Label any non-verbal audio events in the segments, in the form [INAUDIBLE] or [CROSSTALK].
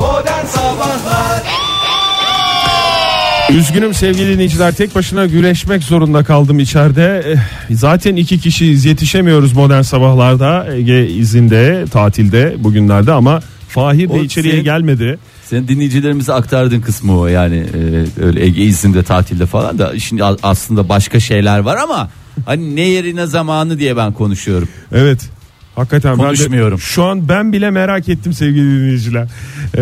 Modern Sabahlar Üzgünüm sevgili dinleyiciler tek başına güreşmek zorunda kaldım içeride. Eh, Zaten iki kişiyiz yetişemiyoruz modern sabahlarda. Ege izinde tatilde bugünlerde ama Fahir de O içeriye senin- gelmedi. Sen dinleyicilerimize aktardığın kısmı o yani e, öyle Ege izinde tatilde falan da şimdi aslında başka şeyler var ama hani ne yeri ne zamanı diye ben konuşuyorum. Evet. Hakikaten ben de- Konuşmuyorum. şu an ben bile merak ettim sevgili dinleyiciler. Ee,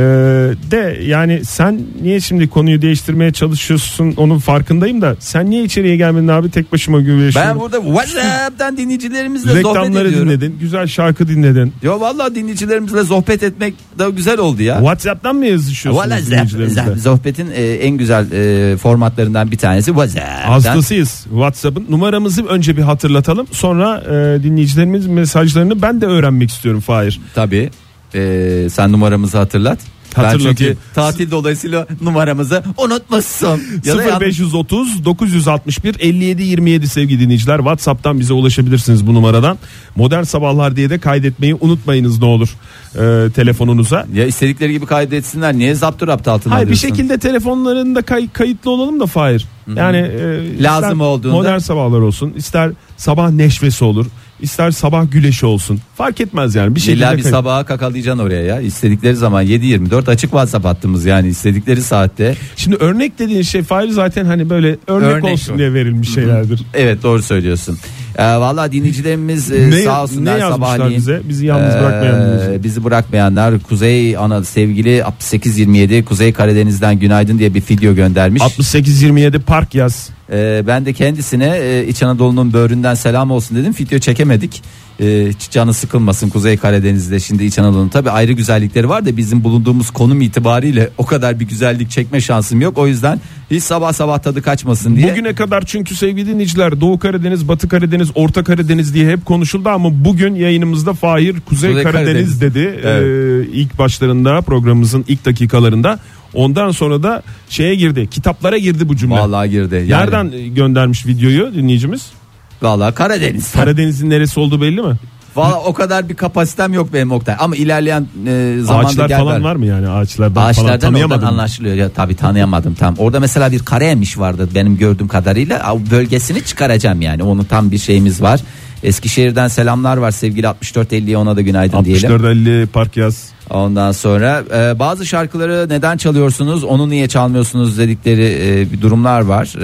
de yani sen niye şimdi konuyu değiştirmeye çalışıyorsun onun farkındayım da sen niye içeriye gelmedin abi tek başıma güreşiyorum. Ben burada WhatsApp'tan dinleyicilerimizle sohbet Reklamları ediyorum. dinledin, güzel şarkı dinledin. Ya vallahi dinleyicilerimizle sohbet etmek da güzel oldu ya. WhatsApp'tan mı yazışıyorsunuz Valla dinleyicilerimizle? sohbetin e, en güzel e, formatlarından bir tanesi WhatsApp'tan. Hastasıyız WhatsApp'ın numaramızı önce bir hatırlatalım sonra e, dinleyicilerimiz mesajlarını ben de öğrenmek istiyorum Fahir. Tabii. E, sen numaramızı hatırlat. Ben Hatırlatayım. çünkü tatil dolayısıyla numaramızı unutmuşsun. Ya da yanlış- 0530 961 57 27 sevgili dinleyiciler WhatsApp'tan bize ulaşabilirsiniz bu numaradan. Modern Sabahlar diye de kaydetmeyi unutmayınız ne olur e, telefonunuza. Ya istedikleri gibi kaydetsinler. Niye zaptı raptı altına Hayır bir alıyorsun? şekilde telefonlarında kay- kayıtlı olalım da Fahir. Yani e, Lazım ister olduğunda. Modern sabahlar olsun, ister sabah neşvesi olur, ister sabah güleşi olsun. Fark etmez yani bir şekilde. İlla bir kayıt- sabaha kakalayacaksın oraya ya. İstedikleri zaman 7-24 açık WhatsApp hattımız yani istedikleri saatte. Şimdi örnek dediğin şey Fahir zaten hani böyle örnek, Örnek olsun o. diye verilmiş şeylerdir. Evet doğru söylüyorsun. Ee, Valla dinleyicilerimiz e, Ne- sağ olsunlar ne yazmışlar sabahleyin. bize? Bizi yalnız Ee, bırakmayanlar. bizi bırakmayanlar Kuzey ana sevgili 6827 Kuzey Karadeniz'den günaydın diye bir video göndermiş. 68-27 park yaz. Ee, ben de kendisine e, İç Anadolu'nun böğründen selam olsun dedim. Video çekemedik. Ee, hiç canı sıkılmasın Kuzey Karadeniz'de şimdi İç Anadolu'nun tabi ayrı güzellikleri var da bizim bulunduğumuz konum itibariyle o kadar bir güzellik çekme şansım yok. O yüzden hiç sabah sabah tadı kaçmasın diye. Bugüne kadar çünkü sevgili dinleyiciler Doğu Karadeniz, Batı Karadeniz, Orta Karadeniz diye hep konuşuldu ama bugün yayınımızda Fahir Kuzey, Kuzey Karadeniz, Karadeniz. dedi. Evet. Ee, ilk başlarında programımızın ilk dakikalarında. Ondan sonra da şeye girdi. Kitaplara girdi bu cümle. Vallahi girdi. Yani, Nereden göndermiş videoyu dinleyicimiz? Vallahi Karadeniz. Karadeniz'in neresi olduğu belli mi? Vallahi o kadar bir kapasitem yok benim Oktay. Ama ilerleyen e, zamanda Ağaçlar gel falan ver. var mı yani ağaçlardan, falan Ağaçlardan oradan tanıyamadım. anlaşılıyor. Ya, tabii tanıyamadım tam. Orada mesela bir karemiş vardı benim gördüğüm kadarıyla. O Bölgesini çıkaracağım yani. Onun tam bir şeyimiz var. Eskişehir'den selamlar var sevgili 6450'ye ona da günaydın diyelim. 64-50 park yaz. Ondan sonra e, bazı şarkıları neden çalıyorsunuz onu niye çalmıyorsunuz dedikleri e, bir durumlar var.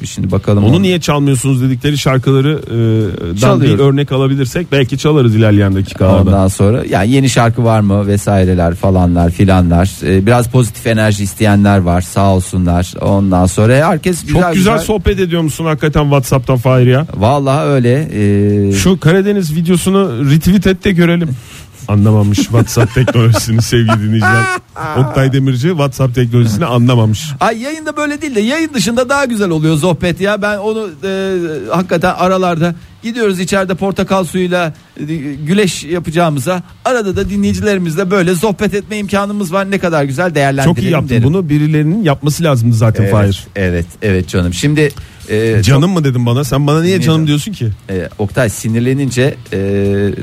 E, şimdi bakalım. Onu on- niye çalmıyorsunuz dedikleri şarkıları e, dan bir Çalıyorum. örnek alabilirsek belki çalarız ilerleyen dakikalarda. Ondan sonra yani yeni şarkı var mı vesaireler falanlar filanlar. E, biraz pozitif enerji isteyenler var sağ olsunlar. Ondan sonra herkes güzel Çok güzel, sohbet ediyor musun hakikaten Whatsapp'tan Fahir ya? Vallahi öyle. e, Şu Karadeniz videosunu retweet et [LAUGHS] de görelim. Anlamamış WhatsApp teknolojisini [LAUGHS] sevgili dinleyiciler. Oktay Demirci WhatsApp teknolojisini anlamamış. Ay yayında böyle değil de yayın dışında daha güzel oluyor sohbet ya. Ben onu e, hakikaten aralarda gidiyoruz içeride portakal suyuyla e, güleş yapacağımıza arada da dinleyicilerimizle böyle sohbet etme imkanımız var. Ne kadar güzel değerlendirelim Çok iyi yaptın derim. bunu birilerinin yapması lazımdı zaten Evet, Fahir. evet, evet canım. Şimdi e, Canım mı dedim bana? Sen bana niye Niye canım canım? diyorsun ki? çok- e, Oktay sinirlenince e,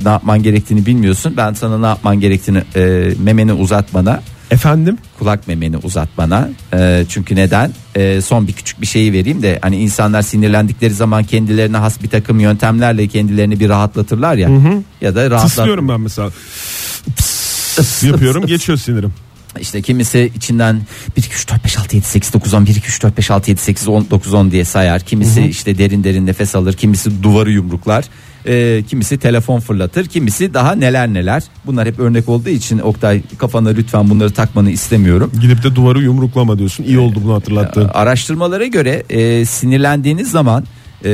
ne yapman gerektiğini bilmiyorsun. Ben sana ne yapman gerektiğini e, memeni uzatmana Efendim? kulak memeni uzat bana. Ee, çünkü neden? Ee, son bir küçük bir şeyi vereyim de hani insanlar sinirlendikleri zaman kendilerine has bir takım yöntemlerle kendilerini bir rahatlatırlar ya. Ya da rahatlat. Tıslıyorum ben mesela. Yapıyorum geçiyor sinirim. İşte kimisi içinden 1 2 3 4 5 6 7 8 9 10 1 2 3 4 5 6 7 8 10 9 10 diye sayar. Kimisi işte derin derin nefes alır, kimisi duvarı yumruklar. Ee, kimisi telefon fırlatır, kimisi daha neler neler. Bunlar hep örnek olduğu için Oktay kafana lütfen bunları takmanı istemiyorum. Gidip de duvarı yumruklama diyorsun. İyi oldu bunu hatırlattığın. Araştırmalara göre e, sinirlendiğiniz zaman e,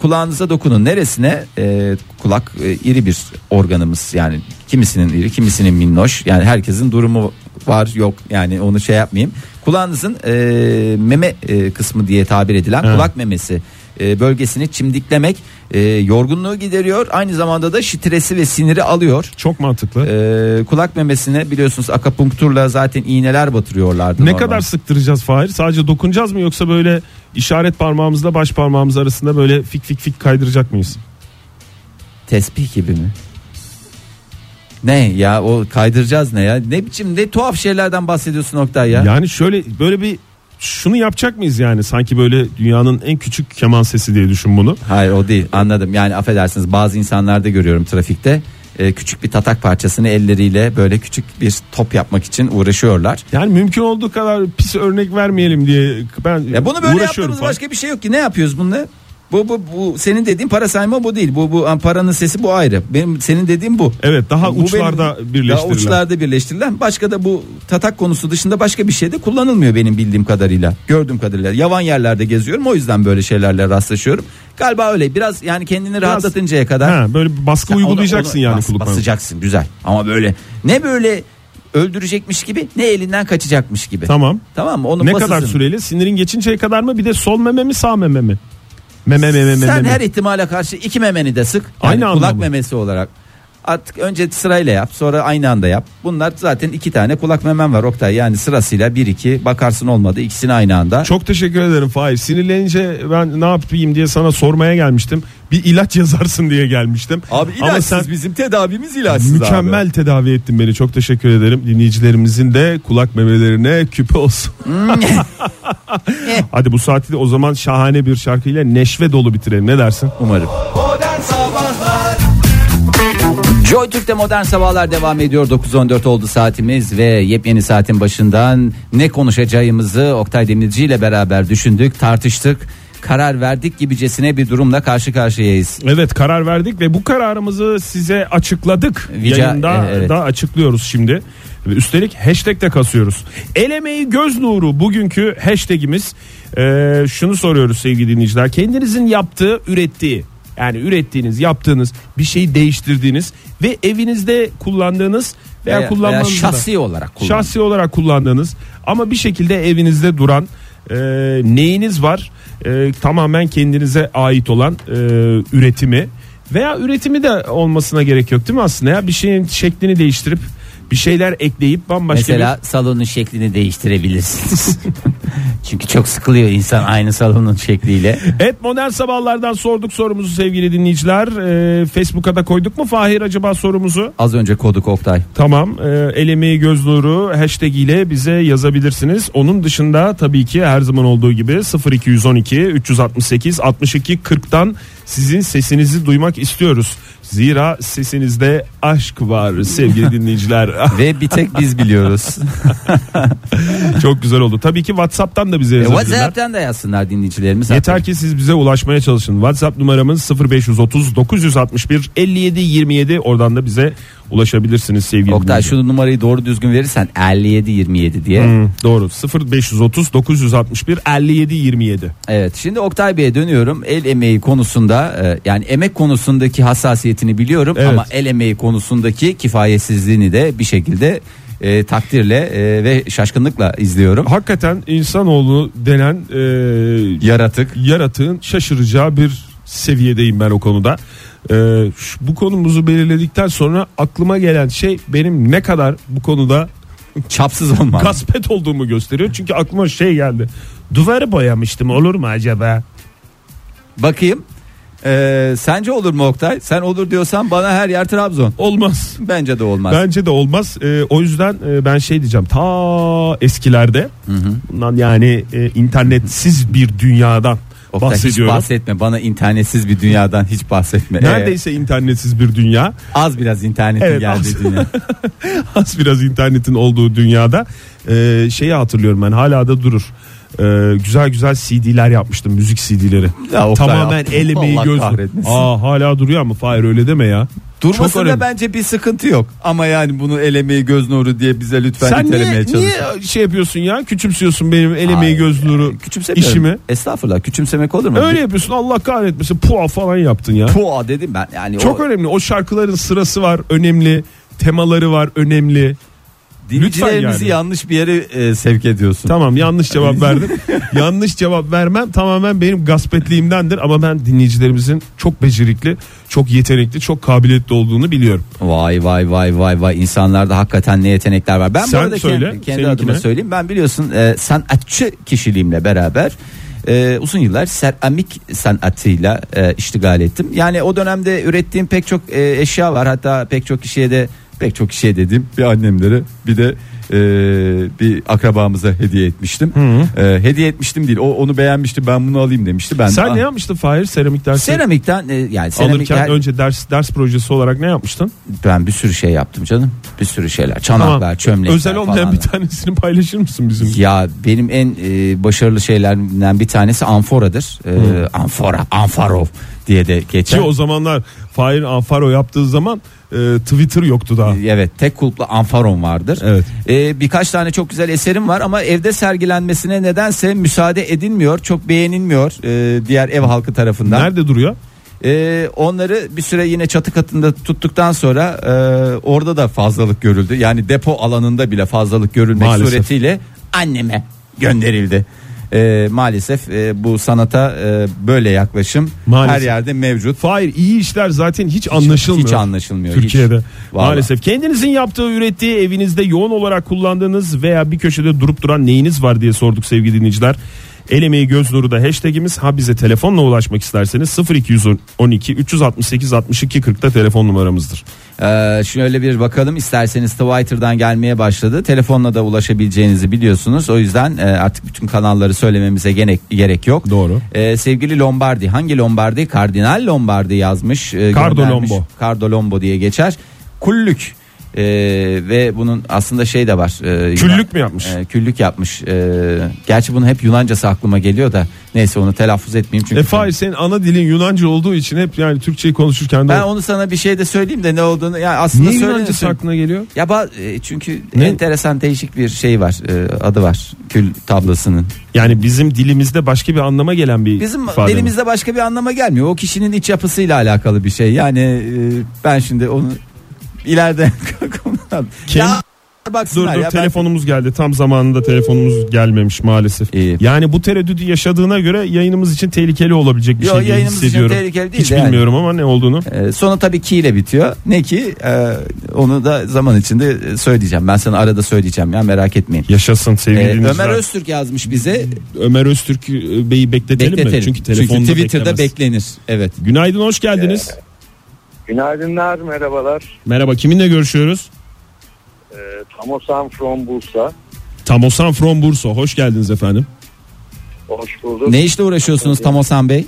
kulağınıza dokunun. Neresine? E, kulak e, iri bir organımız yani kimisinin iri kimisinin minnoş yani herkesin durumu var yok yani onu şey yapmayayım. Kulağınızın e, meme e, kısmı diye tabir edilen Evet. kulak memesi e, bölgesini çimdiklemek e, yorgunluğu gideriyor aynı zamanda da stresi ve siniri alıyor. Çok mantıklı. E, kulak memesine biliyorsunuz akapunkturla zaten iğneler batırıyorlardı. Ne normalde. kadar sıktıracağız Fahir? Sadece dokunacağız mı yoksa böyle işaret parmağımızla baş parmağımız arasında böyle fik fik fik kaydıracak mıyız? Tespih gibi mi? Ne ya o kaydıracağız ne ya? Ne biçim ne tuhaf şeylerden bahsediyorsun Oktay ya. Yani şöyle böyle bir şunu yapacak mıyız yani sanki böyle dünyanın en küçük keman sesi diye düşün bunu. Hayır o değil anladım yani affedersiniz bazı insanlarda görüyorum trafikte e, küçük bir tatak parçasını elleriyle böyle küçük bir top yapmak için uğraşıyorlar. Yani mümkün olduğu kadar pis örnek vermeyelim diye ben Ya bunu böyle uğraşıyorum yaptığımız başka bir şey yok ki ne yapıyoruz bununla? Bu, bu, bu senin dediğin para sayma bu değil. Bu, bu ha, paranın sesi bu ayrı. Benim senin dediğim bu. Evet daha Bu benim- uçlarda birleştirilen. Daha uçlarda birleştirilen. Başka da bu tatak konusu dışında başka bir şey de kullanılmıyor benim bildiğim kadarıyla. Gördüğüm kadarıyla. Yavan yerlerde geziyorum. O yüzden böyle şeylerle rastlaşıyorum. Galiba öyle. Biraz yani kendini rahatlatıncaya kadar. Ha, böyle bir baskı Sen onu- uygulayacaksın onu yani bas- kulaklarına. Basacaksın güzel. Ama böyle ne böyle öldürecekmiş gibi ne elinden kaçacakmış gibi. Tamam. Tamam mı? Onu Ne basısın. kadar süreli? Sinirin geçinceye kadar mı? Bir de sol meme mi sağ meme mi? Meme meme meme. Sen meme. her ihtimale karşı iki memeni de sık. Yani Aynı anda kulak mı? memesi olarak. Artık önce sırayla yap sonra aynı anda yap. Bunlar zaten iki tane kulak memem var Oktay. Yani sırasıyla bir iki bakarsın olmadı ikisini aynı anda. Çok teşekkür ederim Fahir. Sinirlenince ben ne yapayım diye sana sormaya gelmiştim. Bir ilaç [LAUGHS] yazarsın diye gelmiştim. Ama sen bizim tedavimiz ilaçsız mükemmel tedavi ettin beni. Çok teşekkür ederim. Dinleyicilerimizin de kulak memelerine küpe olsun. [LAUGHS] Hmm. Hadi bu saati de o zaman şahane bir şarkıyla neşve dolu bitirelim. Ne dersin? Umarım. Joy Türk'te modern sabahlar devam ediyor. 9.14 oldu saatimiz ve yepyeni saatin başından ne konuşacağımızı Oktay Demirci ile beraber düşündük, tartıştık. Karar verdik gibicesine bir durumla karşı karşıyayız. Evet karar verdik ve bu kararımızı size açıkladık. Rica- Yayında e, evet. da açıklıyoruz şimdi. Ve Üstelik hashtag de kasıyoruz. El emeği göz nuru bugünkü hashtagimiz. Ee, şunu soruyoruz sevgili dinleyiciler. Kendinizin yaptığı, ürettiği yani ürettiğiniz, yaptığınız, bir şeyi değiştirdiğiniz ve evinizde kullandığınız veya, Veya- kullanmanızda veya şahsi olarak kullan. şahsi olarak kullandığınız ama bir şekilde evinizde duran e, neyiniz var E, tamamen kendinize ait olan e, üretimi veya üretimi de olmasına gerek yok değil mi aslında ya bir şeyin şeklini değiştirip bir şeyler ekleyip bambaşka Mesela salonun şeklini değiştirebilirsiniz. [LAUGHS] Çünkü çok sıkılıyor insan aynı salonun şekliyle. bir... Evet modern sabahlardan sorduk sorumuzu sevgili dinleyiciler. E, Facebook'a da koyduk mu Fahir acaba sorumuzu? Az önce koduk Oktay. Tamam e, el emeği göz nuru hashtag ile bize yazabilirsiniz. Onun dışında tabii ki her zaman olduğu gibi 0212 368 62 40'tan sizin sesinizi duymak istiyoruz. Zira sesinizde aşk [LAUGHS] var sevgili dinleyiciler. Ah, Ve bir tek biz biliyoruz. Çok güzel oldu. Tabii ki Whatsapp'tan da bize E, yazabilirler. WhatsApp'tan da yazsınlar dinleyicilerimiz. Yeter ki siz bize ulaşmaya çalışın. WhatsApp numaramız 0530 961 57 27 oradan da bize ulaşabilirsiniz sevgili Oktay dinleyiciler. şu numarayı doğru düzgün verirsen 57 27 diye. Hmm, doğru 0530 961 57 27 Evet. Şimdi Oktay Bey'e dönüyorum. El emeği konusunda e, yani emek konusundaki hassasiyetini biliyorum Evet. ama el emeği konusundaki kifayetsizliğini de bir şekilde e, takdirle e, ve şaşkınlıkla izliyorum. Hakikaten insanoğlu denen e, Yaratık. yaratığın şaşıracağı bir seviyedeyim ben o konuda. E, şu- bu konumuzu belirledikten sonra aklıma gelen şey benim ne kadar bu konuda Çapsız olmaz. kaspet olduğumu gösteriyor. Çünkü aklıma şey geldi. Duvarı boyamıştım olur mu acaba? Bakayım. Ee, sence olur mu Oktay? Sen olur diyorsan bana her yer Trabzon. Olmaz. Bence de olmaz. Bence de olmaz. E, o yüzden e, ben şey diyeceğim. Ta eskilerde bundan yani e, internetsiz bir dünyadan Oktay bahsediyorum. hiç bahsetme. Bana internetsiz bir dünyadan hiç bahsetme. Ee, Neredeyse internetsiz bir dünya. [LAUGHS] az biraz internetin Evet, geldi az. [LAUGHS] dünya. Az biraz internetin olduğu dünyada e, şeyi hatırlıyorum ben hala da durur. E, güzel güzel CD'ler yapmıştım müzik CD'leri. Ya Oktay Tamamen yaptım. el emeği Allah göz. kahretmesin. Aa hala duruyor ama Fahir öyle deme ya. Çok Durmasında önemli. bence bir sıkıntı yok. Ama yani bunu elemeyi göz nuru diye bize lütfen Sen niye, itelemeye çalışın. niye şey yapıyorsun ya? Küçümsüyorsun benim el emeği Hayır, göz nuru Küçümsemiyorum. işimi. Estağfurullah küçümsemek olur mu? Öyle yapıyorsun Allah kahretmesin. Pua falan yaptın ya. Pua dedim ben. Yani Çok o önemli. O şarkıların sırası var önemli. Temaları var önemli. dinleyicilerimizi Lütfen yani. yanlış bir yere e, sevk ediyorsun. Tamam yanlış cevap verdim. yanlış cevap vermem tamamen benim gaspetliğimdendir ama ben dinleyicilerimizin çok becerikli, çok yetenekli, çok kabiliyetli olduğunu biliyorum. Vay vay vay vay vay insanlarda hakikaten ne yetenekler var. Ben Sen bu arada söyle, kendi, kendi seninkine. adıma söyleyeyim. Ben biliyorsun e, sanatçı kişiliğimle beraber e, uzun yıllar seramik sanatıyla e, iştigal ettim. Yani o dönemde ürettiğim pek çok e, eşya var. Hatta pek çok kişiye de pek çok şey dedim bir annemlere bir de e, bir akrabamıza hediye etmiştim. E, hediye etmiştim değil. O onu beğenmişti. Ben bunu alayım demişti. Ben de, Sen "Ah." ne yapmıştın Fahir seramik dersi? Seramikten e, yani seramik Alırken her- önce ders ders projesi olarak ne yapmıştın? ben bir sürü şey yaptım canım. Bir sürü şeyler. Çanaklar, çömlekler Özel olmayan falan. bir tanesini paylaşır mısın bizim? Ya benim en e, başarılı şeylerden bir tanesi amforadır. E, Amfora, amfarov diye de geçer. Ki o zamanlar Fahir Anfaro yaptığı zaman e, Twitter yoktu daha. E, Evet tek kulplu amfaron vardır. Evet. E, birkaç tane çok güzel eserim var ama evde sergilenmesine nedense müsaade edilmiyor. Çok beğenilmiyor e, diğer ev halkı tarafından. Nerede duruyor? Ee, onları bir süre yine çatı katında tuttuktan sonra e, orada da fazlalık görüldü. Yani depo alanında bile fazlalık görülmek Maalesef. suretiyle anneme gönderildi. Ee, maalesef e, bu sanata e, böyle yaklaşım Maalesef. her yerde mevcut. Fahir iyi işler zaten hiç, anlaşılmıyor. hiç anlaşılmıyor, hiç. Türkiye'de. Vallahi. Maalesef kendinizin yaptığı, ürettiği, evinizde yoğun olarak kullandığınız veya bir köşede durup duran neyiniz var diye sorduk sevgili dinleyiciler. El emeği göz nuru da hashtagimiz ha bize telefonla ulaşmak isterseniz 0212 368 62 40'ta telefon numaramızdır. Ee, şöyle bir bakalım isterseniz Twitter'dan gelmeye başladı. Telefonla da ulaşabileceğinizi biliyorsunuz. O yüzden e, artık bütün kanalları söylememize gerek gerek yok. Doğru. Ee, sevgili Lombardi hangi Lombardi? Kardinal Lombardi yazmış. e, Cardo göndermiş. Lombo. Cardo Lombo diye geçer. Kullük e, ve bunun aslında şey de var. e, Küllük Yunan- mü yapmış? e, küllük yapmış. E, gerçi bunu hep Yunancası aklıma geliyor da neyse onu telaffuz etmeyeyim çünkü. E Fahir senin ana dilin Yunanca olduğu için hep yani Türkçeyi konuşurken de ben onu sana bir şey de söyleyeyim de ne olduğunu ya aslında niye söylenir. Yunancası aklına geliyor? Ya ba- e, çünkü Ne? enteresan değişik bir şey var. e, adı var. Kül tablasının. Yani bizim dilimizde başka bir anlama gelen bir Bizim ifade mi? dilimizde başka bir anlama gelmiyor. O kişinin iç yapısıyla alakalı bir şey. Yani e, ben şimdi onu ileride [LAUGHS] konuşalım. Kim? Ya Dur baksınlar dur ya, ben- telefonumuz geldi. Tam zamanında telefonumuz gelmemiş maalesef. İyi. Yani bu tereddüdü yaşadığına göre yayınımız için tehlikeli olabilecek bir Yo, şey diye yayınımız için hissediyorum. tehlikeli değil Hiç de yani. bilmiyorum ama ne olduğunu. E, sonu tabii ki ile bitiyor. Ne ki e, onu da zaman içinde e, söyleyeceğim. Ben sana arada söyleyeceğim ya merak etmeyin. Yaşasın sevgili E, dinleyiciler. Ömer Öztürk yazmış bize. Ömer Öztürk e, Bey'i bekletelim, mi? Bekletelim. Çünkü telefonda Twitter'da Ee. beklemez. beklenir. Evet. Günaydın hoş geldiniz. Günaydınlar, merhabalar. Merhaba kiminle görüşüyoruz? Ee, Tamosan from Bursa. Tamosan from Bursa. Hoş geldiniz efendim. Hoş bulduk. Ne işle uğraşıyorsunuz Tamosan Bey?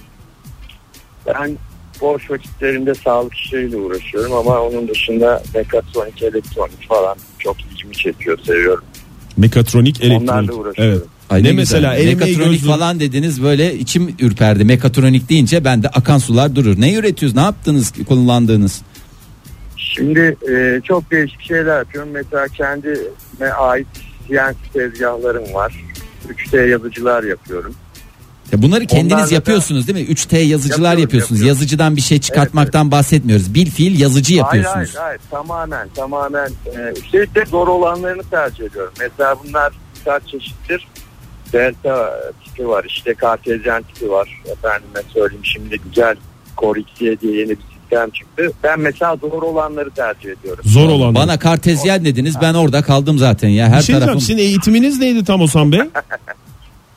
Ben boş vakitlerinde sağlık işleriyle uğraşıyorum ama onun dışında mekatronik, elektronik falan çok ilgimi çekiyor, seviyorum. Mekatronik elektronik. Onlarla uğraşıyorum. Evet. ne, mesela el emeği mekatronik gözlü- falan dediniz böyle içim ürperdi. Mekatronik deyince bende akan sular durur. Ne üretiyoruz? Ne yaptınız? Kullandığınız? Şimdi e, çok değişik şeyler yapıyorum. Mesela kendime ait CNC tezgahlarım var. 3D yazıcılar yapıyorum. Ya bunları kendiniz Onlarla da- yapıyorsunuz değil mi? 3T yazıcılar Yapıyorum, yapıyorsunuz. yapıyorum. Yazıcıdan bir şey çıkartmaktan bahsetmiyoruz. Bil fiil yazıcı yapıyorsunuz. Hayır hayır, hayır. tamamen tamamen. Ee, üstelik de zor olanlarını tercih ediyorum. Mesela bunlar birkaç çeşittir. Delta tipi var işte kartezyen tipi var. Efendime söyleyeyim şimdi güzel Korixiye diye yeni bir sistem çıktı. Ben mesela zor olanları tercih ediyorum. Zor olan. Bana kartezyen dediniz. Ben orada kaldım zaten ya. Her bir şey diyeceğim, tarafım. sizin eğitiminiz neydi Tamosan Bey?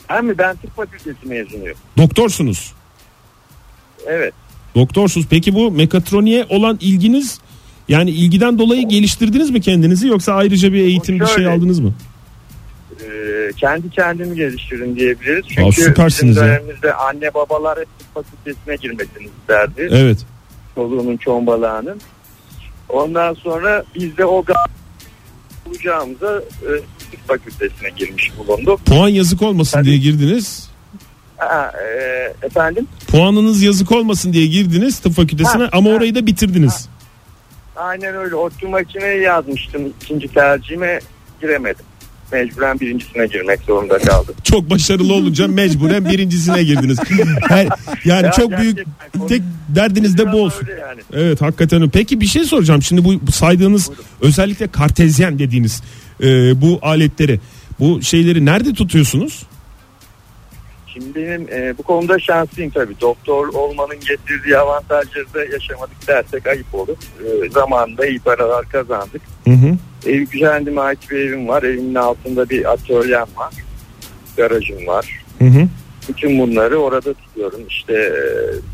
Hem mi ben tıp fakültesi mezunuyum. Doktorsunuz. Evet. Doktorsunuz. Peki bu mekatroniğe olan ilginiz yani ilgiden dolayı geliştirdiniz mi kendinizi yoksa ayrıca bir eğitim bir şey Şöyle. aldınız mı? Ee, kendi kendimi geliştirdim diyebiliriz. Çünkü süpersiniz bizim ya. dönemimizde anne babalar hep tıp fakültesine girmesini isterdi. Evet. çoluğunun çombalağının. Ondan sonra biz de o gaz bulacağımıza e, tıp fakültesine girmiş bulunduk. Puan yazık olmasın Tabii. diye girdiniz. Ha, e, efendim? Puanınız yazık olmasın diye girdiniz tıp fakültesine Ha, ama ha, orayı da bitirdiniz. Aynen öyle. Otlu makineyi yazmıştım. ikinci tercihime giremedim. Mecburen birincisine girmek zorunda kaldım. Çok başarılı olunca mecburen [LAUGHS] birincisine girdiniz. Her, yani Ya çok büyük gerçekten tek derdiniz de bu olsun. Öyle Yani. Evet hakikaten. Peki bir şey soracağım. Şimdi bu bu saydığınız özellikle kartezyen dediğiniz e, bu aletleri bu şeyleri nerede tutuyorsunuz? Şimdi benim e, bu konuda şanslıyım tabii. Doktor olmanın getirdiği avantajları da yaşamadık dersek ayıp olur. E, zamanında iyi paralar kazandık. Hı hı. Ev kendime ait bir evim var. Evimin altında bir atölyem var. Garajım var. Hı hı. Bütün bunları orada tutuyorum. İşte e,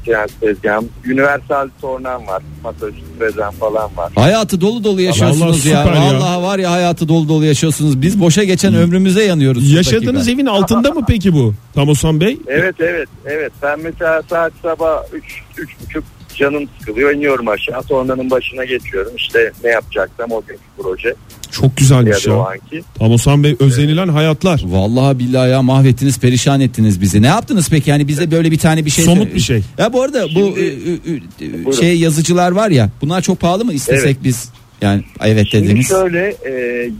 seans tezgahım. Universal tornam var. Masaj tezgahım falan var. Hayatı dolu dolu yaşıyorsunuz Vallahi ya. süper ya. Vallahi var ya hayatı dolu dolu yaşıyorsunuz. Biz boşa geçen ömrümüze yanıyoruz. şu Yaşadığınız dakika. evin altında mı peki bu? Tamosan Bey. Evet evet evet. Ben mesela saat sabah 3 üç buçuk canım sıkılıyor. iniyorum aşağı. Tornanın başına geçiyorum. İşte ne yapacaksam o günkü proje. Çok Ya şey güzelmiş da o ya. anki. Tamosan Bey özenilen hayatlar. Vallahi billahi ya mahvettiniz perişan ettiniz bizi. Ne yaptınız peki yani bize böyle bir tane bir şey Somut bir şey. Ya bu arada bu Şimdi- ü- ü- ü- Buyurun. şey yazıcılar var ya bunlar çok pahalı mı istesek Evet. biz yani evet Şimdi dediniz. şöyle e,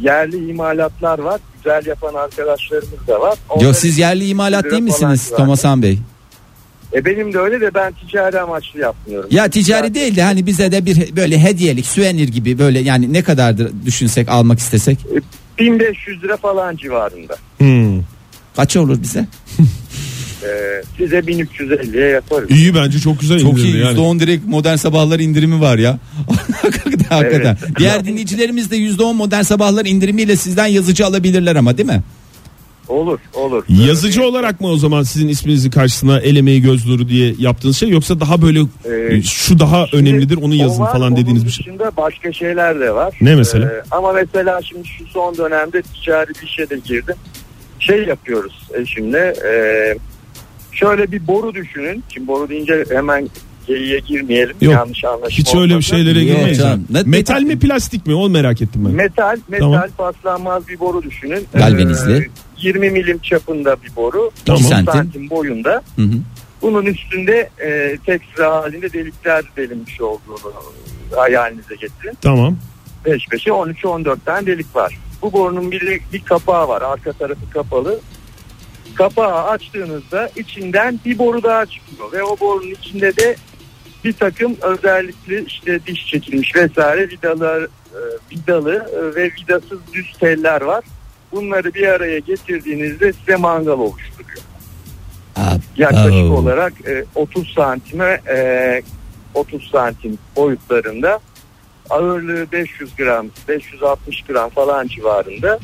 yerli imalatlar var. Güzel yapan arkadaşlarımız da var. Onların- Yok siz yerli imalat Lira değil misiniz falan Tomasan Bey? E, benim de öyle de ben ticari amaçlı yapmıyorum. Ya ticari değil de hani bize de bir he- böyle hediyelik süvenir gibi böyle yani ne kadardır düşünsek almak istesek E, 1500 lira falan civarında. Hmm. kaç olur bize? E, size 1350'ye yaparız. İyi bence çok güzel Çok iyi indirdi yani. %10 direkt modern sabahlar indirimi var ya. [LAUGHS] Hakikaten. Evet. Diğer dinleyicilerimiz de %10 modern sabahlar indirimiyle sizden yazıcı alabilirler ama değil mi? Olur olur. Yazıcı olarak mı o zaman sizin isminizin karşısına el emeği göz nuru diye yaptığınız şey yoksa daha böyle Ee, e, şu daha Şimdi önemlidir onu o yazın var, falan onun dediğiniz bir şey. dışında başka şeyler de var. Ne mesela? E, ama mesela şimdi şu son dönemde ticari bir işe de girdim. Şey yapıyoruz eşimle. e, şöyle bir boru düşünün. Şimdi boru deyince hemen geyiğe girmeyelim. Yok, Yanlış anlaşılma Hiç öyle şey olmasın. şeylere Yok girmeyiz. canım. Ne- Metal mi plastik mi? Onu merak ettim ben. Metal, metal Tamam. paslanmaz bir boru düşünün. Galvanizli. Ee, 20 milim çapında bir boru. Tamam. 30 santim. santim boyunda. Hı hı. Bunun üstünde e, tek sıra halinde delikler delinmiş olduğunu hayalinize getirin. Tamam. 5 5'e 13 14 tane delik var. Bu borunun bir, bir kapağı var. Arka tarafı kapalı. Kapağı açtığınızda içinden bir boru daha çıkıyor ve o borunun içinde de bir takım özellikle işte diş çekilmiş vesaire vidalar e, vidalı e, ve vidasız düz teller var. Bunları bir araya getirdiğinizde size mangal oluşturuyor. Aa, Yaklaşık Oo. olarak e, 30 santime e, 30 santim boyutlarında ağırlığı 500 gram 560 gram falan civarında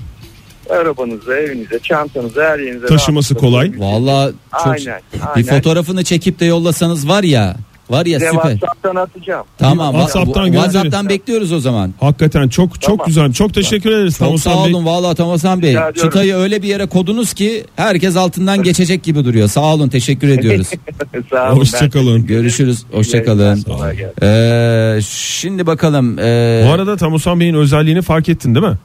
arabanıza evinize çantanıza her yerinize Taşıması rahatlıkla kolay. koyabilirsiniz. Vallahi çok Aynen. aynen. bir fotoğrafını çekip de yollasanız var ya. Var ya Size süper. WhatsApp'tan atacağım. Tamam. WhatsApp'tan WhatsApp'tan, gönderin. WhatsApp'tan bekliyoruz o zaman. Hakikaten çok çok Tamam. güzel. Çok teşekkür ederiz. Çok Tamosan sağ Bey. olun vallahi Tomasan Bey. Rica ediyorum. Çıtayı öyle bir yere kodunuz ki herkes [LAUGHS] altından geçecek gibi duruyor. Sağ olun teşekkür ediyoruz. Sağ olun. Hoşçakalın. Görüşürüz. Hoşçakalın. Kolay gelsin. Ee, şimdi bakalım. ee, Bu arada Tamosan Bey'in özelliğini fark ettin değil mi?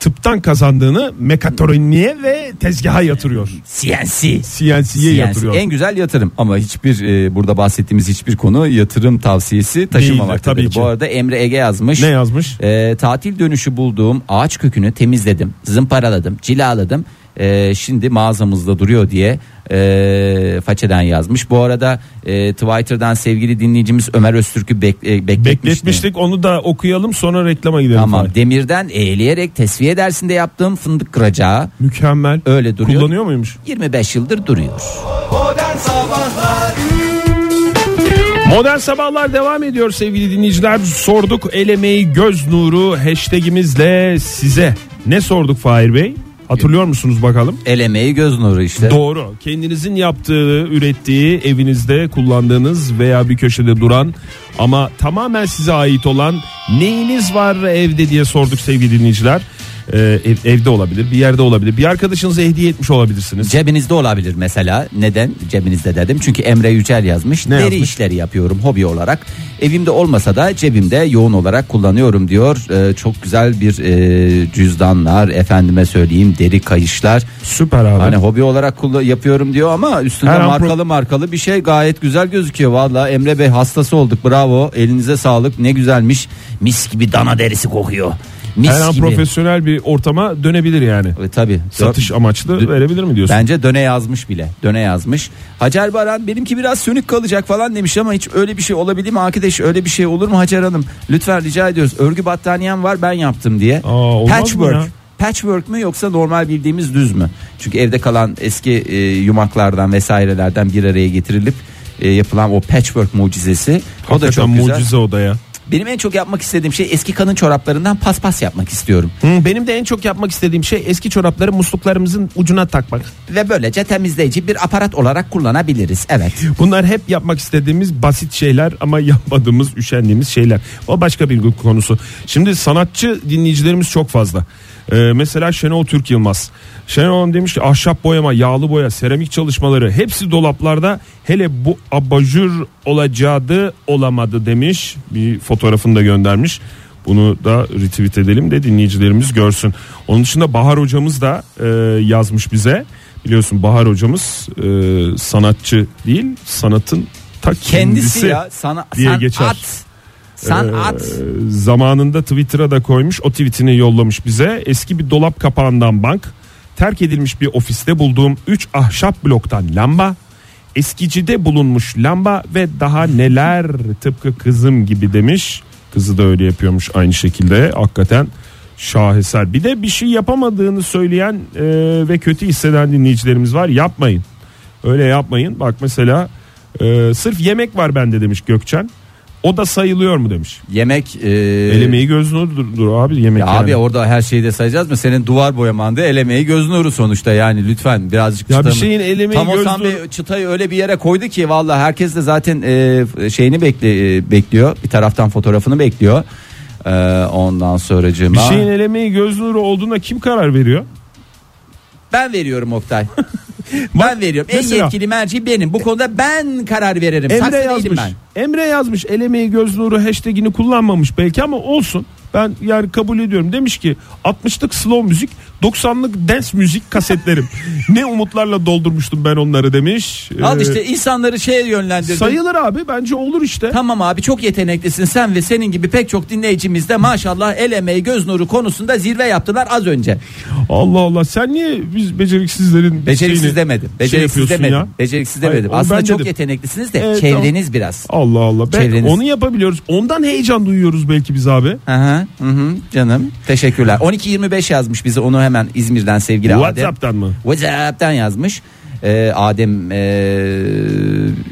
Tıptan kazandığını mekatroniğe ve tezgaha yatırıyor. CNC. CNC'ye Yani yatırıyor. En güzel yatırım ama hiçbir e, burada bahsettiğimiz hiçbir konu yatırım tavsiyesi taşımamaktadır. tabii ki. Bu arada Emre Ege yazmış. Ne yazmış? E, tatil dönüşü bulduğum ağaç kökünü temizledim, zımparaladım, cilaladım. E, şimdi mağazamızda duruyor diye e, façeden yazmış. Bu arada e, Twitter'dan sevgili dinleyicimiz Ömer Öztürk'ü bek, e, bekletmişti. Bekletmiştik onu da okuyalım sonra reklama gidelim. Tamam Fahir. demirden eğleyerek tesviye dersinde yaptığım fındık kıracağı Mükemmel. öyle duruyor. Kullanıyor muymuş? 25 yıldır duruyor. Modern Sabahlar devam ediyor sevgili dinleyiciler. Sorduk el emeği göz nuru hashtagimizle size. Ne sorduk Fahir Bey? Hatırlıyor musunuz bakalım? El emeği göz nuru işte. Doğru. Kendinizin yaptığı, ürettiği, evinizde kullandığınız veya bir köşede duran ama tamamen size ait olan neyiniz var evde diye sorduk sevgili dinleyiciler. Ee, ev- evde olabilir, bir yerde olabilir. Bir arkadaşınıza hediye etmiş olabilirsiniz. Cebinizde olabilir mesela. Neden cebinizde dedim? Çünkü Emre Yücel yazmış. Ne Deri yazmış? işleri yapıyorum hobi olarak. Evimde olmasa da cebimde yoğun olarak kullanıyorum diyor. Ee, çok güzel bir e, cüzdanlar, efendime söyleyeyim deri kayışlar. Süper abi. Hani hobi olarak kullan- yapıyorum diyor ama üstünde Her an markalı markalı bir şey gayet güzel gözüküyor. Valla Emre Bey hastası olduk bravo elinize sağlık ne güzelmiş. Mis gibi dana derisi kokuyor. Mis Her an gibi. profesyonel bir ortama dönebilir yani. E, Tabii. Satış amaçlı Dö- verebilir mi diyorsun? Bence döne yazmış bile. Döne yazmış. Hacer Baran benimki biraz sönük kalacak falan demiş ama hiç öyle bir şey olabilir mi arkadaş? Öyle bir şey olur mu Hacer Hanım? Lütfen rica ediyoruz. Örgü battaniyem var ben yaptım diye. Aa, olmaz mı Patchwork. ya? Patchwork mü yoksa normal bildiğimiz düz mü? Çünkü evde kalan eski e, yumaklardan vesairelerden bir araya getirilip e, yapılan o patchwork mucizesi. o da Hakikaten çok güzel. mucize o da ya. Benim en çok yapmak istediğim şey eski kanın çoraplarından paspas yapmak istiyorum. Hı, benim de en çok yapmak istediğim şey eski çorapları musluklarımızın ucuna takmak. Ve böylece temizleyici bir aparat olarak kullanabiliriz. Evet. Bunlar hep yapmak istediğimiz basit şeyler ama yapmadığımız, üşendiğimiz şeyler. O başka bir konusu. Şimdi sanatçı dinleyicilerimiz çok fazla. Ee, mesela Şenol Türk Yılmaz. Şenol Hanım demiş ki ahşap boyama, yağlı boya, seramik çalışmaları hepsi dolaplarda. Hele bu abajur olacağı olamadı demiş. Bir fotoğrafını da göndermiş. Bunu da retweet edelim de dinleyicilerimiz görsün. Onun dışında Bahar hocamız da e, yazmış bize. Biliyorsun Bahar hocamız e, sanatçı değil, sanatın ta kendisi, Kendisi ya sana diye sen geçer. at. Sen Ee, at. Zamanında Twitter'a da koymuş. O tweetini yollamış bize. Eski bir dolap kapağından bank. Terk edilmiş bir ofiste bulduğum 3 ahşap bloktan lamba. Eskicide bulunmuş lamba ve daha [LAUGHS] neler tıpkı kızım gibi demiş. Kızı da öyle yapıyormuş aynı şekilde. Hakikaten şaheser. Bir de bir şey yapamadığını söyleyen e, ve kötü hisseden dinleyicilerimiz var. Yapmayın. Öyle yapmayın. Bak mesela e, sırf yemek var bende demiş Gökçen. O da sayılıyor mu demiş. Yemek e, Elemeyi göz nurudur dur abi yemek Ya yani. abi orada her şeyi de sayacağız mı? Senin duvar boyamanda el emeği göz nuru sonuçta yani lütfen birazcık Ya bir çıtanı- şeyin el emeği, Tam göz Oğuzhan nuru- Bey çıtayı öyle bir yere koydu ki vallahi herkes de zaten e, şeyini bekle, e, bekliyor. Bir taraftan fotoğrafını bekliyor. E, ondan sonracığıma. bir şeyin elemeyi göz nuru olduğuna kim karar veriyor? Ben veriyorum [LAUGHS] Oktay. ben veriyorum. En mesela- yetkili merci benim. Bu konuda ben karar veririm. Emre Saksı değilim yazmış. ben. Emre yazmış elemeyi göz nuru hashtagini kullanmamış belki ama olsun. Ben yani kabul ediyorum. Demiş ki 60'lık slow müzik 90'lık dance [LAUGHS] müzik kasetlerim. ne umutlarla doldurmuştum ben onları demiş. Al Ee, işte insanları şeye yönlendirdim. sayılır abi bence olur işte. Tamam abi çok yeteneklisin sen ve senin gibi pek çok dinleyicimiz de maşallah el emeği göz nuru konusunda zirve yaptılar az önce. Şey Allah Allah sen niye biz beceriksizlerin Beceriksiz şeyini demedim. şey Beceriksiz yapıyorsun demedim. ya? Beceriksiz Hayır, demedim. onu Aslında ben çok dedim. E, yeteneklisiniz de Evet, çevreniz biraz. Allah Allah. Ben Çevreniz. onu yapabiliyoruz. Ondan heyecan duyuyoruz belki biz abi. Hı hı, hı hı, canım. Teşekkürler. 12.25 yazmış bize onu hemen İzmir'den sevgili Adem. WhatsApp'tan mı? WhatsApp'tan yazmış. Ee, Adem ee,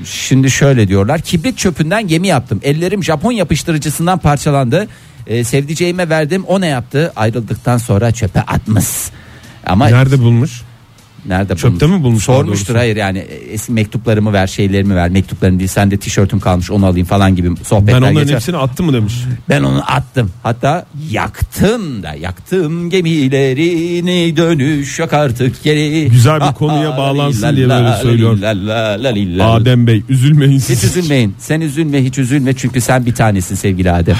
şimdi şöyle diyorlar. Kibrit çöpünden gemi yaptım. Ellerim Japon yapıştırıcısından parçalandı. Ee, sevdiceğime verdim. O ne yaptı? Ayrıldıktan sonra çöpe atmış. Ama Nerede bulmuş? nerede Çöpte bulmuş? mi bulmuş daha Sormuştur doğrusu? hayır yani e, eski mektuplarımı ver, şeylerimi ver. Mektuplarını değil sende tişörtüm kalmış onu alayım falan gibi Ben sohbetler onların geçer. hepsini attım mı demiş. Ben onu attım. Hatta yaktım da yaktım gemilerini dönüş yok artık geri. Ah, Güzel bir konuya bağlansın diye böyle söylüyorum. Adem. Adem Bey üzülmeyin Hiç siz. üzülmeyin. Sen üzülme hiç üzülme çünkü sen bir tanesin sevgili Adem.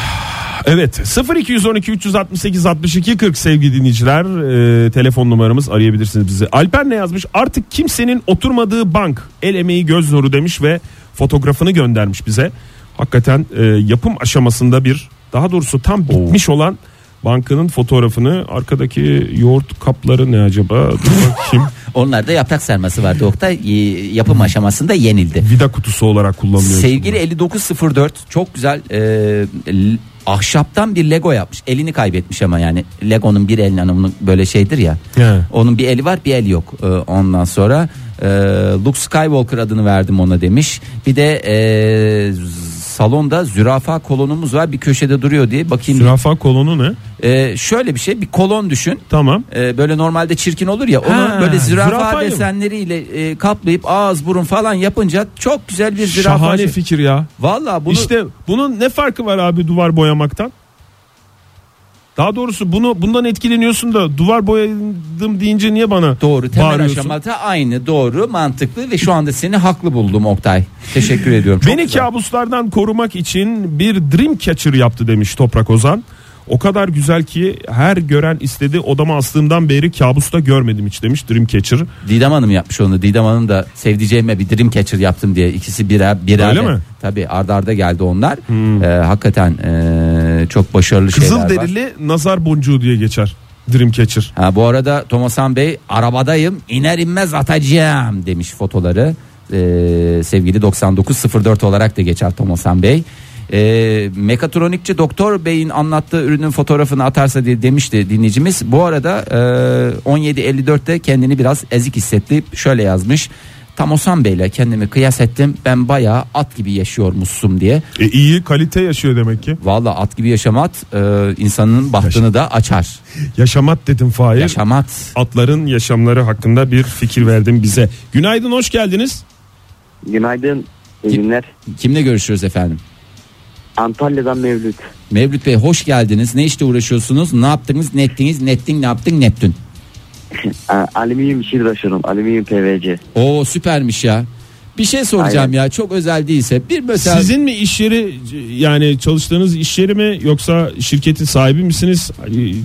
Evet 0212 368 62 40 sevgili dinleyiciler Ee, telefon numaramız arayabilirsiniz bizi. Alper ne yazmış? Artık kimsenin oturmadığı bank el emeği göz nuru demiş ve fotoğrafını göndermiş bize. Hakikaten e, yapım aşamasında bir daha doğrusu tam bitmiş olan bankanın fotoğrafını arkadaki yoğurt kapları ne acaba? Dur bakayım. [LAUGHS] Onlarda yaprak serması vardı Oktay. y- Yapım aşamasında yenildi. Vida kutusu olarak kullanılıyor. Sevgili 5904 çok güzel e, l- ahşaptan bir Lego yapmış. Elini kaybetmiş ama yani Lego'nun bir elinin onun böyle şeydir ya. [LAUGHS] He. Onun bir eli var bir el yok. E, ondan sonra e, Luke Skywalker adını verdim ona demiş. Bir de e, z- salonda zürafa kolonumuz var bir köşede duruyor diye bakayım. Zürafa kolonu ne? E, şöyle bir şey bir kolon düşün. Tamam. E, böyle normalde çirkin olur ya onu Ha, böyle zürafa zürafayla mı? desenleriyle e, kaplayıp ağız burun falan yapınca çok güzel bir zürafa. Şahane şey. fikir ya. Valla bunu İşte bunun ne farkı var abi duvar boyamaktan? Daha doğrusu bunu bundan etkileniyorsun da duvar boyadım deyince niye bana Doğru temel bağırıyorsun? aşamada aynı doğru mantıklı ve şu anda seni haklı buldum Oktay. Teşekkür ediyorum. Çok Beni güzel. kabuslardan korumak için bir Dreamcatcher yaptı demiş Toprak Ozan. O kadar güzel ki her gören istedi odama astığımdan beri kabusta görmedim hiç demiş Dreamcatcher. Didem Hanım yapmış onu. Didem Hanım da sevdiceğime bir dream catcher yaptım diye ikisi birer birer. Öyle mi? Hmm. Tabii arda arda geldi onlar. Ee, hakikaten ee, çok başarılı Kızıl şeyler var. derili nazar boncuğu diye geçer Dreamcatcher. Ha, bu arada Tomasan Bey arabadayım iner inmez atacağım demiş fotoları. Ee, sevgili 9904 olarak da geçer Tomasan Bey. Ee, mekatronikçi doktor beyin anlattığı ürünün fotoğrafını atarsa diye demişti dinleyicimiz. Bu arada e, 17.54'te kendini biraz ezik hissetti. Şöyle yazmış. Tam Osan Bey'le kendimi kıyas ettim. Ben bayağı at gibi yaşıyormuşsun diye. E, iyi kalite yaşıyor demek ki. Valla at gibi yaşamat e, insanın bahtını da açar. Yaşamat dedim Fahir. Yaşamat. Atların yaşamları hakkında bir fikir verdin bize. Günaydın hoş geldiniz. Günaydın. iyi günler. Kimle görüşüyoruz efendim? Antalya'dan Mevlüt. Mevlüt Bey hoş geldiniz. Ne işte uğraşıyorsunuz? Ne yaptınız? Ne ettiniz? Ne ettin? Ne yaptın? Ne ettin? Aa, alüminyum işi uğraşıyorum. Alüminyum PVC. Oo süpermiş ya. Bir şey soracağım ya çok özel değilse. Bir mesela Sizin mi iş yeri yani çalıştığınız iş yeri mi yoksa şirketin sahibi misiniz?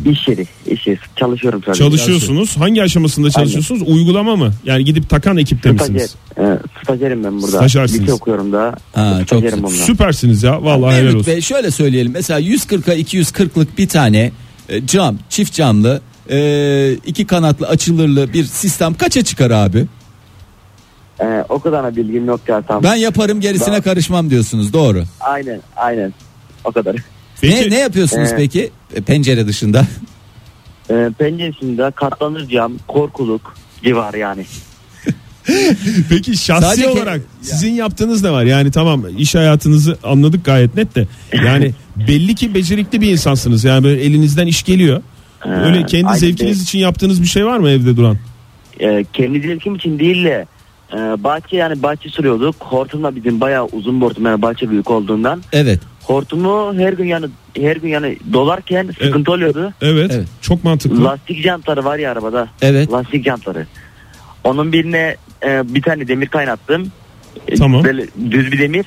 İş yeri. iş yeri. Çalışıyorum sadece. Çalışıyorsunuz. Hangi aşamasında çalışıyorsunuz? Uygulama mı? Yani gidip takan ekipte Stajyer. misiniz? Ee, stajyerim ben burada. Stajersiniz. Lise okuyorum daha. Ha, çok stajyerim güzel. bundan. Süpersiniz ya. Vallahi helal Mevlüt olsun. Bey şöyle söyleyelim. Mesela 140'a 240'lık bir tane e, cam çift camlı e, iki kanatlı açılırlı bir sistem kaça çıkar abi? Ee, o kadar da bilgim yok ya tam. Ben yaparım gerisine Ben- karışmam diyorsunuz doğru. Aynen aynen. O kadar. Peki- ne, ne yapıyorsunuz Ee, peki E, pencere dışında? [LAUGHS] Ee, penceresinde katlanır cam, korkuluk civarı yani. Peki şahsi Sadece- olarak sizin yaptığınız ne var? Yani tamam iş hayatınızı anladık gayet net de. Yani belli ki becerikli bir insansınız. Yani böyle elinizden iş geliyor. Öyle kendi aynen zevkiniz değil. için yaptığınız bir şey var mı evde duran? Ee, kendi zevkim için değil de e, bahçe yani bahçe sürüyorduk. Hortumla bizim bayağı uzun bir hortum yani bahçe büyük olduğundan. Evet. Hortumu her gün yani her gün yani dolarken sıkıntı oluyordu. Evet. Evet. Çok mantıklı. Lastik jantları var ya arabada. Evet. Lastik jantları. Onun birine e, bir tane demir kaynattım. E, Tamam. Böyle düz bir demir.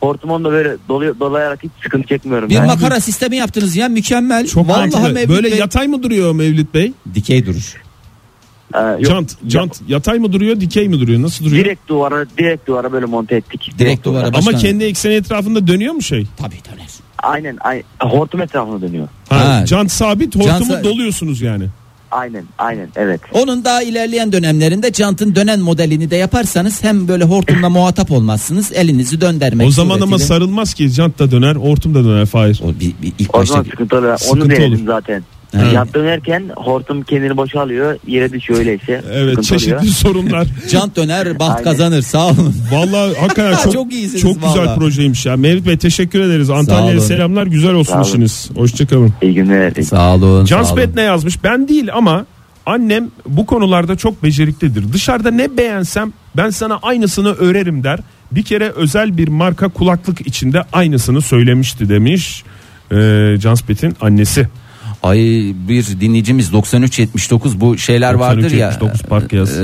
Hortum onda böyle doluyor, dolayarak hiç sıkıntı çekmiyorum. Bir yani. makara sistemi yaptınız ya mükemmel. Çok Vallahi mantıklı. Mevlüt Böyle Bey- yatay mı duruyor Mevlüt Bey? dikey durur. Ee, yok, Cant, cant yatay mı duruyor, dikey mi duruyor? Nasıl duruyor? Direkt duvara direkt duvara böyle monte ettik. Direkt duvara Ama başkanım. kendi ekseni etrafında dönüyor mu şey? Tabii döner. Aynen, ay- hortum etrafına dönüyor. Ha, Ha. Cant sabit, hortumu sa- doluyorsunuz yani. Aynen aynen evet. Onun daha ilerleyen dönemlerinde cantın dönen modelini de yaparsanız hem böyle hortumla muhatap olmazsınız. Elinizi döndürmek o zaman ama suretiyle- sarılmaz ki Cant da döner, hortum da döner Fahir. o bir, bir ilk O başta zaman sıkıntı oluyor. şey, sıkıntı Onu denedim olur. zaten. Ha. Yat dönerken hortum kendini boşa alıyor. Yere düşüyor öyleyse. Evet, sıkıntı oluyor. çeşitli [LAUGHS] [LAUGHS] sorunlar. cant döner baht Aynen. kazanır sağ olun. Vallahi [LAUGHS] hakikaten çok, Çok iyisiniz çok güzel vallahi. projeymiş ya. Mevlüt Bey teşekkür ederiz. olun. Antalya'ya selamlar. Güzel olsun Sağ olun. işiniz. Hoşçakalın. İyi günler. sağ olun. sağ olun. Canspet ne yazmış? Ben değil ama annem bu konularda çok beceriklidir. Dışarıda ne beğensem ben sana aynısını örerim der. Bir kere özel bir marka kulaklık içinde aynısını söylemişti demiş. Ee, Canspet'in annesi. Ay bir dinleyicimiz 9379 bu şeyler vardır ya. 93-79 park yaz. e,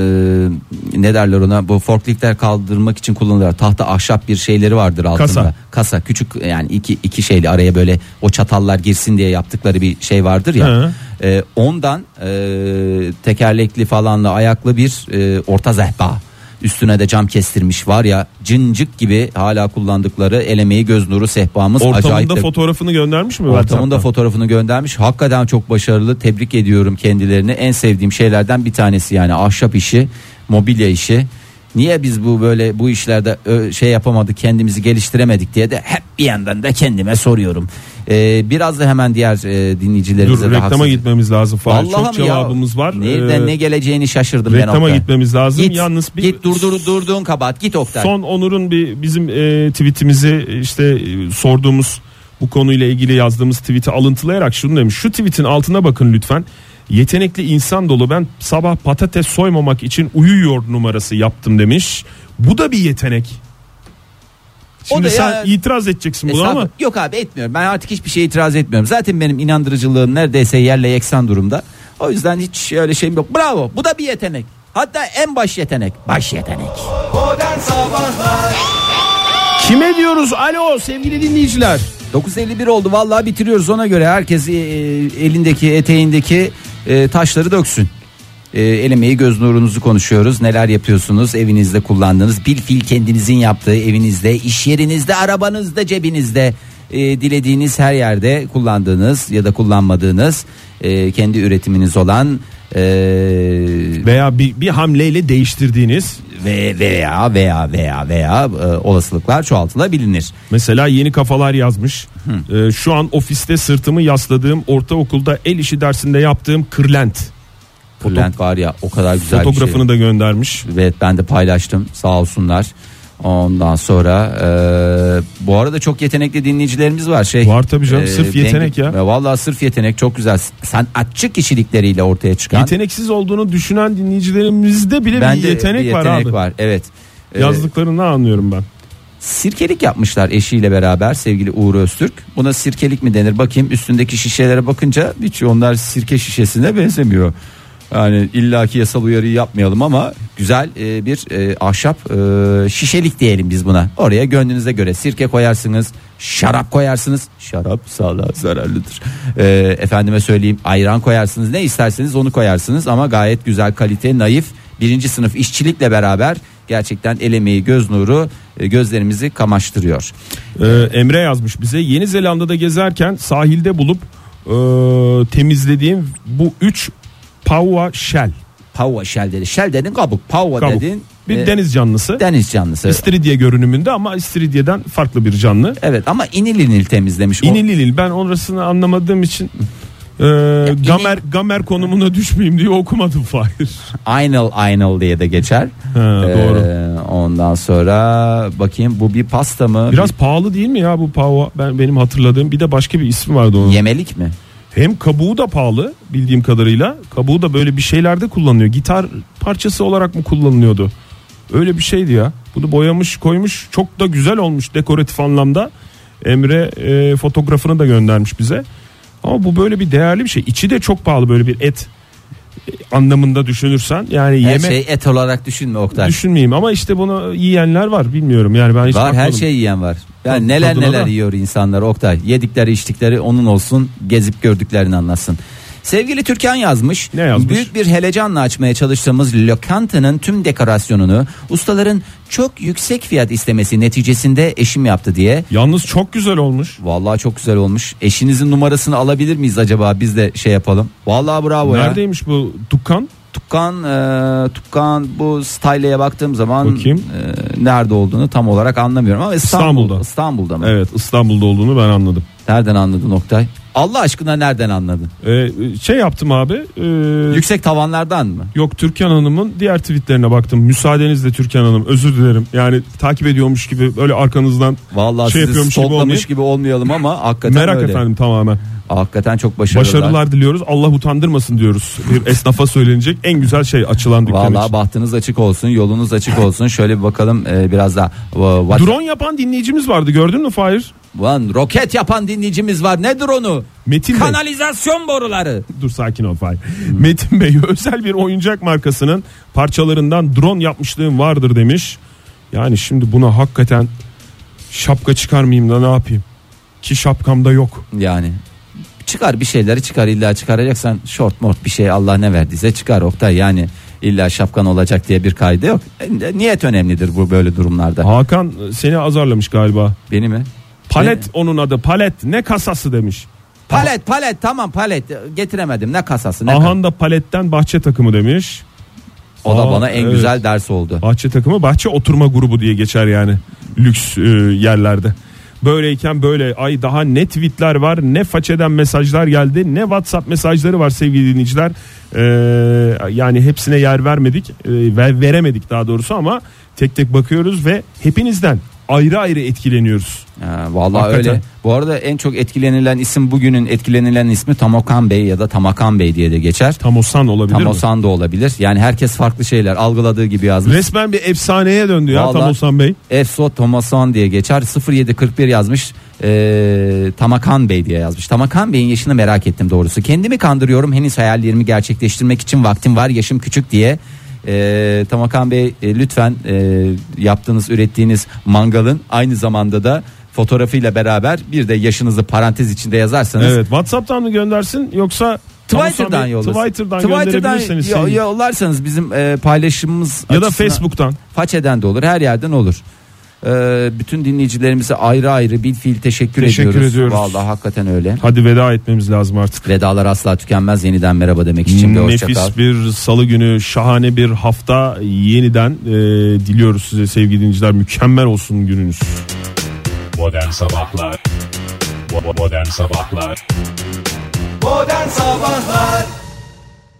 ne derler ona? Bu forkliftler kaldırmak için kullanılır. Tahta ahşap bir şeyleri vardır altında. Kasa. Kasa küçük yani iki iki şeyli araya böyle o çatallar girsin diye yaptıkları bir şey vardır ya. Hı. E, ondan e, tekerlekli falanla ayaklı bir e, orta zehba. Üstüne de cam kestirmiş var ya cincik gibi hala kullandıkları elemeyi göz nuru sehpamız acayip Ortamında de- fotoğrafını göndermiş mi? Ortamında WhatsApp'tan? fotoğrafını göndermiş. Hakikaten çok başarılı. Tebrik ediyorum kendilerini. En sevdiğim şeylerden bir tanesi yani ahşap işi, mobilya işi. Niye biz bu böyle bu işlerde ö, şey yapamadık, kendimizi geliştiremedik diye de hep bir yandan da kendime soruyorum. Ee, biraz da hemen diğer e, dinleyicilerimize Dur de reklama haksız- gitmemiz lazım. Fahir. Vallahi Çok mi ya? cevabımız var. Nereden Ee, ne geleceğini şaşırdım ben reklama Oktay. gitmemiz lazım. Git, Yalnız bir git durdur, durduğun kabahat git Oktay. Son Onur'un bir bizim e, tweetimizi işte e, sorduğumuz bu konuyla ilgili yazdığımız tweet'i alıntılayarak şunu demiş. Şu tweet'in altına bakın lütfen. Yetenekli insan dolu ben sabah patates soymamak için uyuyor numarası yaptım demiş. Bu da bir yetenek. Şimdi da sen ya- itiraz edeceksin buna Estağfurullah. ama Yok abi etmiyorum. Ben artık hiçbir şeye itiraz etmiyorum. Zaten benim inandırıcılığım neredeyse yerle yeksan durumda. O yüzden hiç öyle şeyim yok. Bravo. Bu da bir yetenek. Hatta en baş yetenek. Baş yetenek. kime diyoruz alo sevgili dinleyiciler. 951 oldu. Vallahi bitiriyoruz ona göre. Herkes e, elindeki eteğindeki e, taşları döksün. E, el emeği göz nurunuzu konuşuyoruz. Neler yapıyorsunuz? Evinizde kullandığınız, bilfil kendinizin yaptığı evinizde, iş yerinizde, arabanızda, cebinizde e, dilediğiniz her yerde kullandığınız ya da kullanmadığınız e, kendi üretiminiz olan e, Veya bir, bir hamleyle değiştirdiğiniz ve veya veya veya veya e, olasılıklar çoğaltılabilir. Mesela yeni kafalar yazmış. Ee, şu an ofiste sırtımı yasladığım ortaokulda el işi dersinde yaptığım kırlent. Bülent var ya o kadar güzel bir şey. Fotoğrafını da göndermiş. Evet ben de paylaştım sağ olsunlar. Ondan sonra e, bu arada çok yetenekli dinleyicilerimiz var. Şey, Var tabii canım, sırf Bengi- yetenek ya. E, Vallahi sırf yetenek çok güzel. Sen açık kişilikleriyle ortaya çıkan. Yeteneksiz olduğunu düşünen dinleyicilerimizde bile Bende bir yetenek, var abi. Evet. E, Yazdıklarını anlıyorum ben. Sirkelik yapmışlar eşiyle beraber sevgili Uğur Öztürk. Buna sirkelik mi denir bakayım üstündeki şişelere bakınca hiç onlar sirke şişesine benzemiyor. Yani illaki yasal uyarıyı yapmayalım ama güzel e, bir e, ahşap e, şişelik diyelim biz buna. Oraya gönlünüze göre sirke koyarsınız, şarap koyarsınız. Şarap sağlığa zararlıdır. E, efendime söyleyeyim ayran koyarsınız ne isterseniz onu koyarsınız ama gayet güzel kalite naif birinci sınıf işçilikle beraber gerçekten el emeği göz nuru e, gözlerimizi kamaştırıyor. Ee, Emre yazmış bize Yeni Zelanda'da gezerken sahilde bulup e, temizlediğim bu 3 Paua Shell. Pavva şel dedi. Şel dedin kabuk. Pavva Kabuk. dedin. Bir e, deniz canlısı. deniz canlısı. İstiridye görünümünde ama istiridyeden farklı bir canlı. Evet ama inil inil temizlemiş. O- İnil inil ben orasını anlamadığım için e, gamer gamer konumuna düşmeyeyim diye okumadım Fahir. Aynal aynal diye de geçer. Ha, doğru. Ee, ondan sonra bakayım bu bir pasta mı? Biraz pahalı değil mi ya bu Paua? Ben benim hatırladığım bir de başka bir ismi vardı onun. Bir yemelik mi? Hem kabuğu da pahalı bildiğim kadarıyla. Kabuğu da böyle bir şeylerde kullanılıyor. Gitar parçası olarak mı kullanılıyordu? Öyle bir şeydi ya. Bunu boyamış koymuş çok da güzel olmuş dekoratif anlamda. Emre e, fotoğrafını da göndermiş bize. Ama bu böyle bir değerli bir şey. İçi de çok pahalı böyle bir et e, anlamında düşünürsen. Yani Her yeme şey et olarak düşünme Oktay. düşünmeyeyim ama işte bunu yiyenler var bilmiyorum. Yani ben hiç var her bakmadım. şey yiyen var. Yani neler tadına neler da. yiyor insanlar Oktay. Yedikleri içtikleri onun olsun gezip gördüklerini anlasın. Sevgili Türkan yazmış. Ne yazmış? Büyük bir helecanla açmaya çalıştığımız lokantanın tüm dekorasyonunu ustaların çok yüksek fiyat istemesi neticesinde eşim yaptı diye Yalnız çok güzel olmuş. Vallahi çok güzel olmuş. Eşinizin numarasını alabilir miyiz acaba? Biz de şey yapalım. Vallahi bravo ya. Neredeymiş bu dükkan? Tukkan, e, Tukkan bu style'e baktığım zaman Bakayım. e, nerede olduğunu tam olarak anlamıyorum ama İstanbul, İstanbul'da. İstanbul'da. İstanbul'da mı? Evet İstanbul'da olduğunu ben anladım. Nereden anladın Oktay? Allah aşkına nereden anladın? Ee, şey yaptım abi. e, Yüksek tavanlardan mı? yok Türkan Hanım'ın diğer tweetlerine baktım. Müsaadenizle Türkan Hanım özür dilerim. Yani takip ediyormuş gibi böyle arkanızdan Vallahi sizi Şey yapıyormuş gibi stoklamış olmayayım. gibi, olmayalım ama [LAUGHS] hakikaten merak öyle. efendim tamamen. Hakikaten çok başarılılar. Başarılar diliyoruz. Allah utandırmasın diyoruz. Bir esnafa söylenecek en güzel şey açılan dükkan Vallahi için. bahtınız açık olsun, yolunuz açık olsun. Şöyle bir bakalım e, biraz daha. What- Drone yapan dinleyicimiz vardı gördün mü Fahir? Ulan roket yapan dinleyicimiz var. Nedir onu? [LAUGHS] Metin Bey. Kanalizasyon boruları. Dur sakin ol Fahir. Metin Bey [LAUGHS] özel bir oyuncak markasının parçalarından drone yapmışlığım vardır demiş. Yani şimdi buna hakikaten şapka çıkarmayayım da ne yapayım? Ki şapkamda yok. Yani çıkar bir şeyleri çıkar illa çıkaracaksan short mort bir şey Allah ne verdiyse çıkar Oktay yani illa şapkan olacak diye bir kaydı yok. E, Niyet önemlidir bu böyle durumlarda. Hakan e, seni azarlamış galiba. Beni mi? Palet onun adı palet ne kasası demiş. Palet palet tamam palet getiremedim ne kasası ne Ahan da paletten bahçe takımı demiş. O da Aa, bana en evet. güzel ders oldu. Bahçe takımı bahçe oturma grubu diye geçer yani lüks e, yerlerde. Böyleyken böyle ay daha ne tweetler var ne façeden mesajlar geldi ne whatsapp mesajları var sevgili dinleyiciler. Ee, yani hepsine yer vermedik e, ve veremedik daha doğrusu ama tek tek bakıyoruz ve hepinizden ayrı ayrı etkileniyoruz. Ha, vallahi Hakikaten. öyle. Bu arada en çok etkilenilen isim bugünün etkilenilen ismi Tamokan Bey ya da Tamakan Bey diye de geçer. Tamosan olabilir mi? Tamosan da olabilir. Yani herkes farklı şeyler algıladığı gibi yazmış. Resmen bir efsaneye döndü ya Vallahi- Tamosan Bey. Efso Tomason diye geçer. 0741 yazmış. Ee, Tamakan Bey diye yazmış. Tamakan Bey'in yaşını merak ettim doğrusu. Kendimi kandırıyorum. Henüz hayallerimi gerçekleştirmek için vaktim var. Yaşım küçük diye. Ee, Tamakan Bey e, lütfen e, yaptığınız ürettiğiniz mangalın aynı zamanda da fotoğrafıyla beraber bir de yaşınızı parantez içinde yazarsanız Evet WhatsApp'tan mı göndersin yoksa Tamosan Twitter'dan Bey- yollasın. Twitter'dan, gönderebilirseniz yo- sevgili- yollarsanız bizim e, paylaşımımız ya da açısından- Facebook'tan. Façeden de olur her yerden olur. Ee, bütün dinleyicilerimize ayrı ayrı bil fiil teşekkür, Teşekkür ediyoruz. ediyoruz. Vallahi hakikaten öyle. Hadi veda etmemiz lazım artık. Vedalar asla tükenmez yeniden merhaba demek için de hoşça kal. Nefis bir salı günü şahane bir hafta yeniden e, diliyoruz size sevgili dinleyiciler mükemmel olsun gününüz. Modern Sabahlar Bo- bo- Modern Sabahlar Modern Sabahlar